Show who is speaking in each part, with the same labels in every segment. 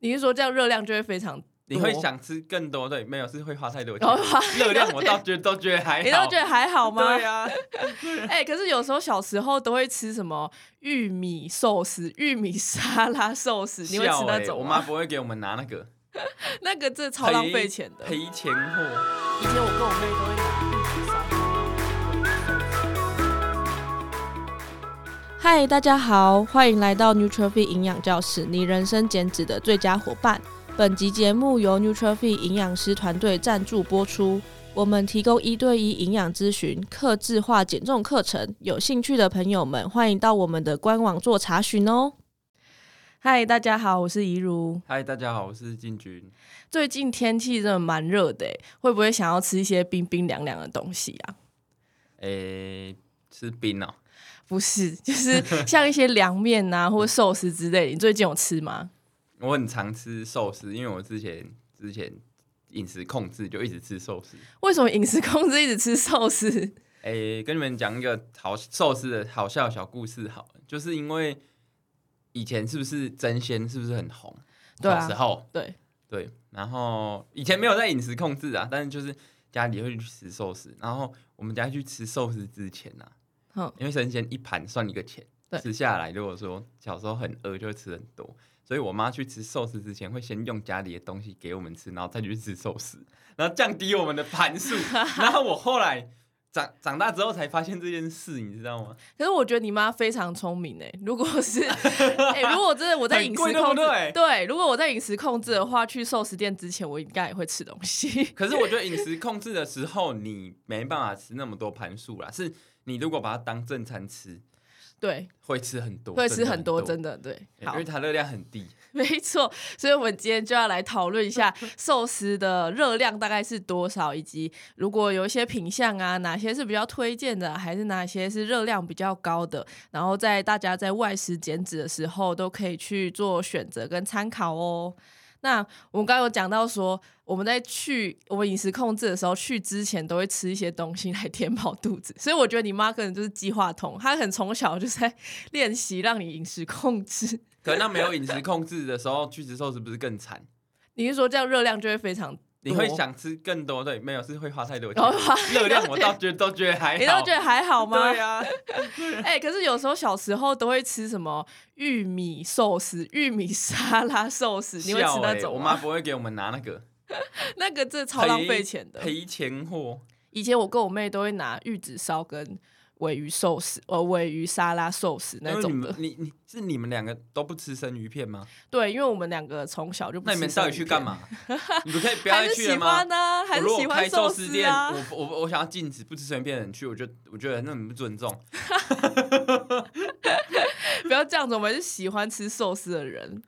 Speaker 1: 你是说这样热量就会非常，
Speaker 2: 你会想吃更多？对，没有是会花太多钱
Speaker 1: 然。后花
Speaker 2: 热量我倒觉得都觉得还好，
Speaker 1: 你都觉得还好吗？
Speaker 2: 对啊呀、
Speaker 1: 哎、可是有时候小时候都会吃什么玉米寿司、玉米沙拉寿司，你会吃
Speaker 2: 笑
Speaker 1: 那
Speaker 2: 欸
Speaker 1: 种
Speaker 2: 我
Speaker 1: 吗？
Speaker 2: 妈不会给我们拿那个
Speaker 1: 那个真的超浪费钱的。
Speaker 2: 赔赔钱货。
Speaker 1: 以前我跟我妹都会
Speaker 3: 嗨，大家好，欢迎来到 Nutrify 营养教室，你人生减脂的最佳伙伴。本集节目由 Nutrify 营养师团队赞助播出。我们提供一对一营养咨询、客制化减重课程，有兴趣的朋友们欢迎到我们的官网做查询哦。
Speaker 1: 嗨，大家好，我是怡如。
Speaker 2: 嗨，大家好，我是进军。
Speaker 1: 最近天气真的蛮热的欸，会不会想要吃一些冰冰凉凉的东西啊？
Speaker 2: 诶、吃冰哦、
Speaker 1: 不是， 就是像一些凉面 啊，或寿司之类的。你最近有吃吗？
Speaker 2: 我很常吃寿司，因为我之前之前饮食控制就一直吃寿司。
Speaker 1: 为什么饮食控制一直吃寿 司？
Speaker 2: 诶、跟你们讲一个好寿司的好笑的小故事好了，就是因为以前是不是真鲜是不是很红？
Speaker 1: 对啊
Speaker 2: 小时候
Speaker 1: 对，
Speaker 2: 对，然后以前没有在饮食控制啊，但是就是家里会去吃寿司，然后我们家去吃寿司之前啊，
Speaker 1: 嗯
Speaker 2: 因为生鲜一盘算一个钱
Speaker 1: 对，
Speaker 2: 吃下来如果说小时候很饿就会吃很多，所以我妈去吃寿司之前会先用家里的东西给我们吃，然后再去吃寿司，然后降低我们的盘数，然后我后来。长长大之后才发现这件事，你知道吗？
Speaker 1: 可是我觉得你妈非常聪明哎。如果 是哎、如果真的我在饮食
Speaker 2: 很贵
Speaker 1: 控制，
Speaker 2: 对不对
Speaker 1: 如果我在饮食控制的话，去寿司店之前我应该也会吃东西。
Speaker 2: 可是我觉得饮食控制的时候，你没办法吃那么多盘数啦。是你如果把它当正餐吃，
Speaker 1: 对，
Speaker 2: 会吃很多，
Speaker 1: 会吃很多，
Speaker 2: 真
Speaker 1: 真的对。
Speaker 2: 的
Speaker 1: 好
Speaker 2: 因为，它热量很低。
Speaker 1: 没错，所以我们今天就要来讨论一下寿司的热量大概是多少，以及如果有一些品相啊，哪些是比较推荐的，还是哪些是热量比较高的，然后在大家在外食减脂的时候都可以去做选择跟参考哦。那我们刚刚有讲到说，我们在去我们饮食控制的时候，去之前都会吃一些东西来填饱肚子，所以我觉得你妈可能就是计划桶，她很从小就在 练习让你饮食控制。
Speaker 2: 可那没有饮食控制的时候，去吃寿司不是更惨？
Speaker 1: 你是说这样热量就会非常多？
Speaker 2: 你会想吃更多，对，没有是会花太多钱
Speaker 1: 然后哦花，
Speaker 2: 热量我倒觉得都觉得哎还好，
Speaker 1: 你都觉得还 好吗？
Speaker 2: 对啊，
Speaker 1: 哎、可是有时候小时候都会吃什么玉米寿司、玉米沙拉寿司，你会吃
Speaker 2: 笑
Speaker 1: 那
Speaker 2: 欸
Speaker 1: 种
Speaker 2: 我
Speaker 1: 吗
Speaker 2: 妈？不会给我们拿那个
Speaker 1: 那个真的超浪费钱的。
Speaker 2: 赔赔钱货。
Speaker 1: 以前我跟我妹都会拿玉子烧跟尾鱼寿司，呃，尾鱼沙拉寿司那
Speaker 2: 因为哎你
Speaker 1: 种
Speaker 2: 们
Speaker 1: 的。
Speaker 2: 你你是你们两个都不吃生鱼片吗？
Speaker 1: 对，因为我们两个从小就不
Speaker 2: 那你们
Speaker 1: 吃
Speaker 2: 到
Speaker 1: 生
Speaker 2: 底
Speaker 1: 鱼
Speaker 2: 去
Speaker 1: 片
Speaker 2: 干？嘛？你不可以不要
Speaker 1: 还
Speaker 2: 再
Speaker 1: 是
Speaker 2: 去
Speaker 1: 喜
Speaker 2: 了吗
Speaker 1: 欢？呢、还
Speaker 2: 我
Speaker 1: 是
Speaker 2: 如
Speaker 1: 喜
Speaker 2: 果开
Speaker 1: 欢寿
Speaker 2: 寿司
Speaker 1: 司
Speaker 2: 店，
Speaker 1: 啊？
Speaker 2: 我我我想要禁止不吃生鱼片的人去，我就我觉得那很不尊重。
Speaker 1: 不要这样子，我们是喜欢吃寿司的人。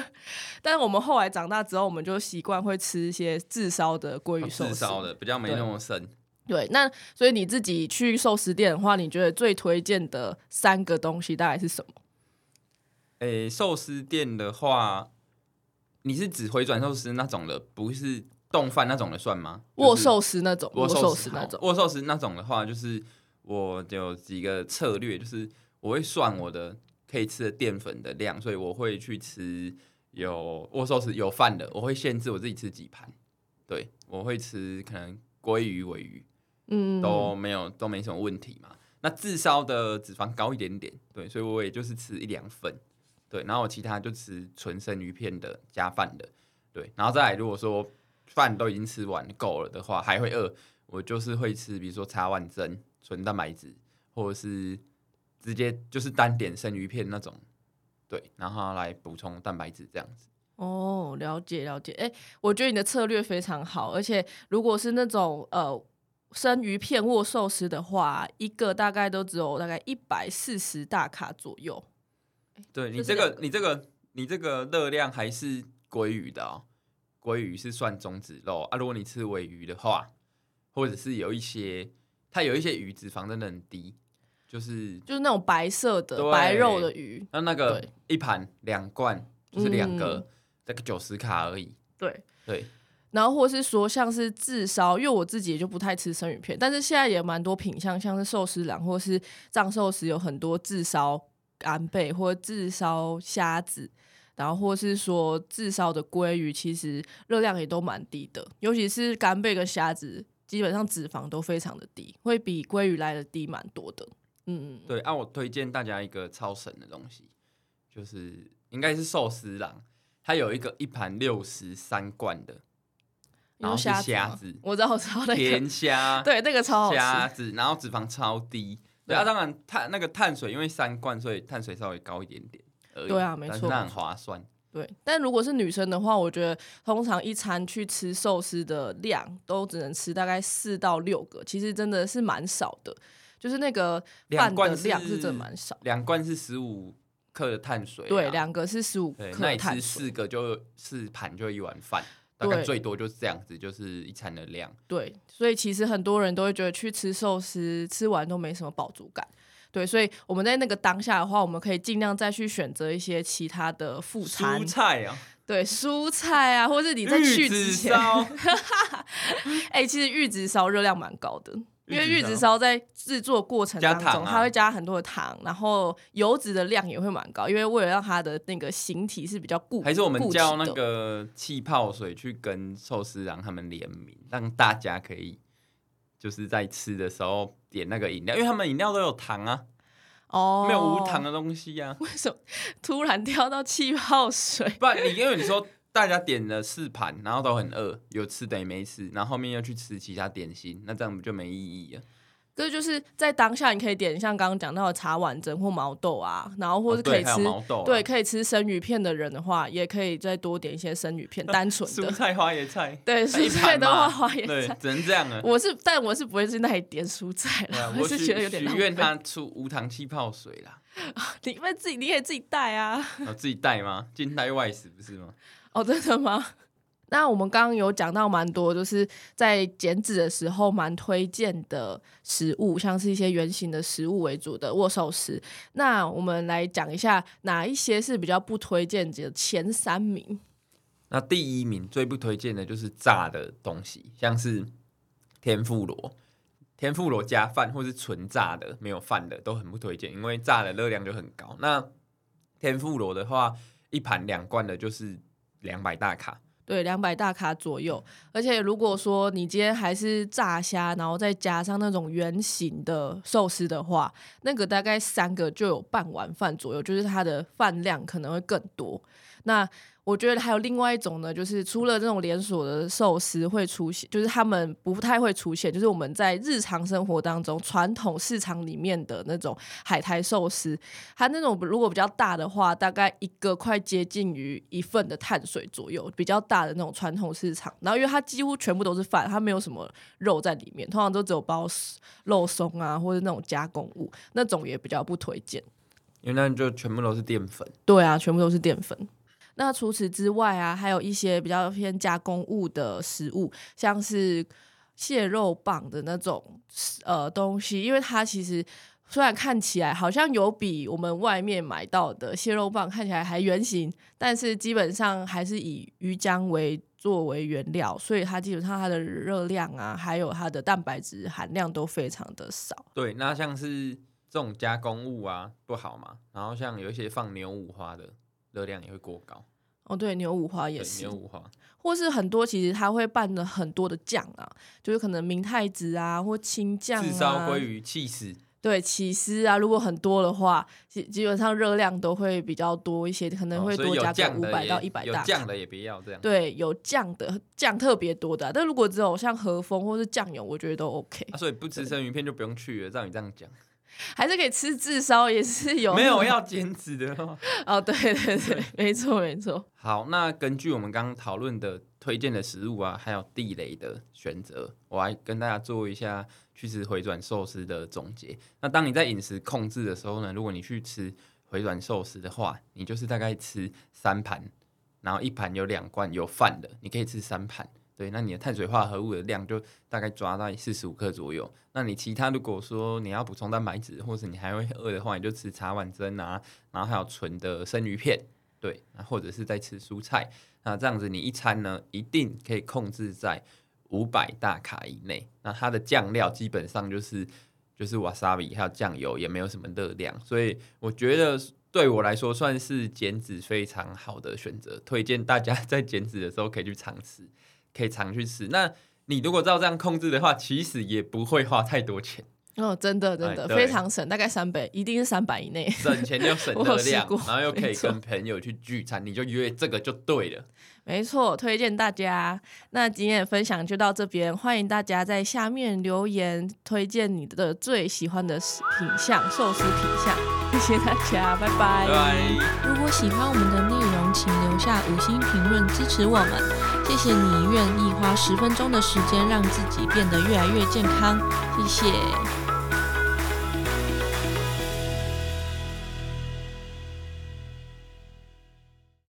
Speaker 1: 但是我们后来长大之后，我们就习惯会吃一些炙烧的鲑鱼寿司。
Speaker 2: 自哦烧的比较没那么深。
Speaker 1: 对，那所以你自己去寿司店的话，你觉得最推荐的三个东西大概是什么？
Speaker 2: 诶，寿司店的话，你是指回转寿司那种的，不是冻饭那种的算吗？
Speaker 1: 握
Speaker 2: 就是
Speaker 1: 寿司那种，握
Speaker 2: 握
Speaker 1: 寿
Speaker 2: 寿
Speaker 1: 司
Speaker 2: 司
Speaker 1: 那
Speaker 2: 好
Speaker 1: 种。
Speaker 2: 握寿司那种的话，就是我有几个策略，就是我会算我的可以吃的淀粉的量，所以我会去吃有握寿司有饭的，我会限制我自己吃几盘。对，我会吃可能鲑鱼、尾鱼
Speaker 1: 嗯，
Speaker 2: 都没有都没什么问题嘛。那自烧的脂肪高一点点，对，所以我也就是吃一两份，对，然后我其他就吃纯生鱼片的加饭的，对，然后再来如果说饭都已经吃完够了的话，还会饿，我就是会吃，比如说茶碗蒸纯蛋白质，或者是直接就是单点生鱼片那种，对，然后来补充蛋白质这样子。
Speaker 1: 哦，了解了解。哎，我觉得你的策略非常好，而且如果是那种呃生鱼片握寿司的话，一个大概都只有大概一百四十大卡左右。
Speaker 2: 对你
Speaker 1: 就是
Speaker 2: 这
Speaker 1: 两
Speaker 2: 个，你这个，你这个热量还是鲑鱼的哦。鲑鱼是算中脂肉啊，如果你吃尾鱼的话，或者是有一些它有一些鱼脂肪真的很低，就是
Speaker 1: 就是那种白色的
Speaker 2: 对
Speaker 1: 白肉的鱼。
Speaker 2: 那那个
Speaker 1: 对
Speaker 2: 一盘两罐就是两
Speaker 1: 嗯
Speaker 2: 个，大概九十卡而已。
Speaker 1: 对。
Speaker 2: 对，
Speaker 1: 然后或是说像是炙烧，因为我自己也就不太吃生鱼片，但是现在也蛮多品相，像是寿司郎或是藏寿司有很多炙烧干贝或炙烧虾子。然后或是说炙烧的鲑鱼，其实热量也都蛮低的，尤其是干贝跟虾子，基本上脂肪都非常的低，会比鲑鱼来的低蛮多的。嗯，
Speaker 2: 对，啊，我推荐大家一个超神的东西，就是应该是寿司郎，它有一个一盘六十三罐的然后是
Speaker 1: 虾子
Speaker 2: 虾
Speaker 1: 吗
Speaker 2: 子
Speaker 1: 我知道，我知道那个
Speaker 2: 甜，虾，
Speaker 1: 对，那个超好
Speaker 2: 虾
Speaker 1: 吃，
Speaker 2: 子，然后脂肪超低。
Speaker 1: 哦对
Speaker 2: 对啊，当然碳那个碳水因为三罐，所以碳水稍微高一点点而已。
Speaker 1: 对啊没
Speaker 2: 但是
Speaker 1: 错
Speaker 2: 那
Speaker 1: 没
Speaker 2: 很划算。
Speaker 1: 对。但如果是女生的话，我觉得通常一餐去吃寿司的量都只能吃大概四到六个，其实真的是蛮少的，就是那个
Speaker 2: 两
Speaker 1: 饭的
Speaker 2: 罐
Speaker 1: 量是真的蛮少。
Speaker 2: 两罐是十五克的碳水啊、
Speaker 1: 对，两个是十五
Speaker 2: 对，
Speaker 1: 克
Speaker 2: 那你
Speaker 1: 碳
Speaker 2: 吃
Speaker 1: 水，
Speaker 2: 四个就四盘就一碗饭，大概
Speaker 1: 对
Speaker 2: 最多就是这样子，就是一餐的量。
Speaker 1: 对，所以其实很多人都会觉得去吃寿司吃完都没什么饱足感。对，所以我们在那个当下的话，我们可以尽量再去选择一些其他的副餐
Speaker 2: 蔬，菜啊，
Speaker 1: 对，蔬菜啊，或是你在去
Speaker 2: 玉
Speaker 1: 之
Speaker 2: 子
Speaker 1: 前，
Speaker 2: 烧，
Speaker 1: 哎、其实玉子烧热量蛮高的，因为
Speaker 2: 玉
Speaker 1: 玉
Speaker 2: 子烧
Speaker 1: 子烧在制作过程
Speaker 2: 加
Speaker 1: 当
Speaker 2: 糖
Speaker 1: 中，
Speaker 2: 啊
Speaker 1: 它会加很多的糖，然后油脂的量也会蛮高，因为为了让它的那个形体是比较固，
Speaker 2: 还是我们
Speaker 1: 固
Speaker 2: 叫
Speaker 1: 体
Speaker 2: 那
Speaker 1: 的
Speaker 2: 个气泡水去跟寿司郎他们联名，让大家可以就是在吃的时候点那个饮料，因为他们饮料都有糖啊，
Speaker 1: 哦，
Speaker 2: 没有无糖的东西 啊。
Speaker 1: 为什么突然跳到气泡水？
Speaker 2: 不然你因为你说大家点了四盘，然后都很饿，有吃等于没吃，然后后面又去吃其他点心，那这样不就没意义了？
Speaker 1: 这就是在当下，你可以点像刚刚讲到的茶碗蒸或毛豆啊，然后或是
Speaker 2: 哦
Speaker 1: 可
Speaker 2: 对
Speaker 1: 以吃、
Speaker 2: 还有毛豆啊
Speaker 1: 对，可以吃生鱼片的人的话，也可以再多点一些生鱼 片，单纯
Speaker 2: 蔬
Speaker 1: 的。
Speaker 2: 菜花 椰菜，
Speaker 1: 对，
Speaker 2: 一
Speaker 1: 蔬
Speaker 2: 盘
Speaker 1: 菜的话，
Speaker 2: 嘛
Speaker 1: 花椰
Speaker 2: 对
Speaker 1: 菜，，
Speaker 2: 只能这样 了。
Speaker 1: 我是，但我是不会去那里点蔬菜
Speaker 2: 对啊
Speaker 1: 啦，
Speaker 2: 我
Speaker 1: 是
Speaker 2: 许
Speaker 1: 觉得有点
Speaker 2: 许
Speaker 1: 浪
Speaker 2: 愿
Speaker 1: 费。
Speaker 2: 他出无糖气泡水啦，
Speaker 1: 你们自己你也自己带啊？
Speaker 2: 我自己带吗？近代外食不是吗？
Speaker 1: 哦，真的吗？那我们刚刚有讲到蛮多，就是在减脂的时候蛮推荐的食物，像是一些圆形的食物为主的握寿司。那我们来讲一下哪一些是比较不推荐的前三名。
Speaker 2: 那第一名最不推荐的就是炸的东西，像是天妇罗、天妇罗加饭或是纯炸的没有饭的都很不推荐，因为炸的热量就很高。那天妇罗的话，一盘两罐的就是两百大卡，
Speaker 1: 对，两百大卡左右。而且如果说你今天还是炸虾，然后再加上那种圆形的寿司的话，那个大概三个就有半碗饭左右，就是它的饭量可能会更多。那我觉得还有另外一种呢，就是除了这种连锁的寿司会出现，就是他们不太会出现，就是我们在日常生活当中传统市场里面的那种海苔寿司，它那种如果比较大的话，大概一个快接近于一份的碳水左右，比较大的那种传统市场。然后因为它几乎全部都是饭，它没有什么肉在里面，通常都只有包肉松啊或者那种加工物，那种也比较不推荐。
Speaker 2: 因为那就全部都是淀粉。
Speaker 1: 对啊，全部都是淀粉。那除此之外啊，还有一些比较偏加工物的食物，像是蟹肉棒的那种呃东西，因为它其实虽然看起来好像有比我们外面买到的蟹肉棒看起来还圆形，但是基本上还是以鱼浆为作为原料，所以它基本上它的热量啊，还有它的蛋白质含量都非常的少。
Speaker 2: 对，那像是这种加工物啊不好嘛，然后像有一些放牛五花的热量也会过高，
Speaker 1: 哦，对，牛五花也
Speaker 2: 对，
Speaker 1: 是
Speaker 2: 牛五花。
Speaker 1: 或是很多其实它会拌了很多的酱啊，就是可能明太子啊或青酱
Speaker 2: 炙烧
Speaker 1: 啊
Speaker 2: 鲑，鱼、气死，
Speaker 1: 对起司啊，如果很多的话，基基本上热量都会比较多一些，可能
Speaker 2: 哦
Speaker 1: 会
Speaker 2: 所以
Speaker 1: 多
Speaker 2: 有
Speaker 1: 加个
Speaker 2: 酱
Speaker 1: 五
Speaker 2: 的
Speaker 1: 百
Speaker 2: 也
Speaker 1: 到一百
Speaker 2: 有
Speaker 1: 大卡
Speaker 2: 酱。的也不要这样。
Speaker 1: 对，有酱的酱特别多的啊、但如果只有像和风或是酱油，我觉得都 OK，
Speaker 2: 啊，所以不吃生鱼片就不用去了。照你这样讲，
Speaker 1: 还是可以吃炙烧，也是有
Speaker 2: 没有要减脂的话。
Speaker 1: 哦，对对对，没错没错，
Speaker 2: 好，那根据我们刚刚讨论的推荐的食物啊，还有地雷的选择，我来跟大家做一下去吃回转寿司的总结。那当你在饮食控制的时候呢，如果你去吃回转寿司的话，你就是大概吃三盘，然后一盘有两罐有饭的，你可以吃三盘。对，那你的碳水化合物的量就大概抓到四十五克左右。那你其他如果说你要补充蛋白质，或者你还会饿的话，你就吃茶碗蒸啊，然后还有纯的生鱼片。对，那或者是在吃蔬菜，那这样子你一餐呢，一定可以控制在五百大卡以内。那它的酱料基本上就是就是 wasabi 还有酱油，也没有什么热量，所以我觉得对我来说算是减脂非常好的选择，推荐大家 在减脂的时候可以去尝试，可以常去吃。那你如果照这样控制的话，其实也不会花太多钱，
Speaker 1: 哦，真的真的、
Speaker 2: 哎对
Speaker 1: 非常省，大概三百，一定是三百以内。
Speaker 2: 省钱又 省
Speaker 1: 我有
Speaker 2: 热
Speaker 1: 试
Speaker 2: 量，
Speaker 1: 过
Speaker 2: 然后又可
Speaker 1: 没
Speaker 2: 以
Speaker 1: 错
Speaker 2: 跟朋友去聚餐，你就约这个就对了。
Speaker 1: 没错，推荐大家。那今天的分享就到这边，欢迎大家在下面留言推荐你的最喜欢的食品项寿司品项。谢谢大家，拜 拜。
Speaker 2: 拜拜。
Speaker 3: 如果喜欢我们的内容，请留下五星评论支持我们。谢谢你愿意花十分钟的时间让自己变得越来越健康，谢谢。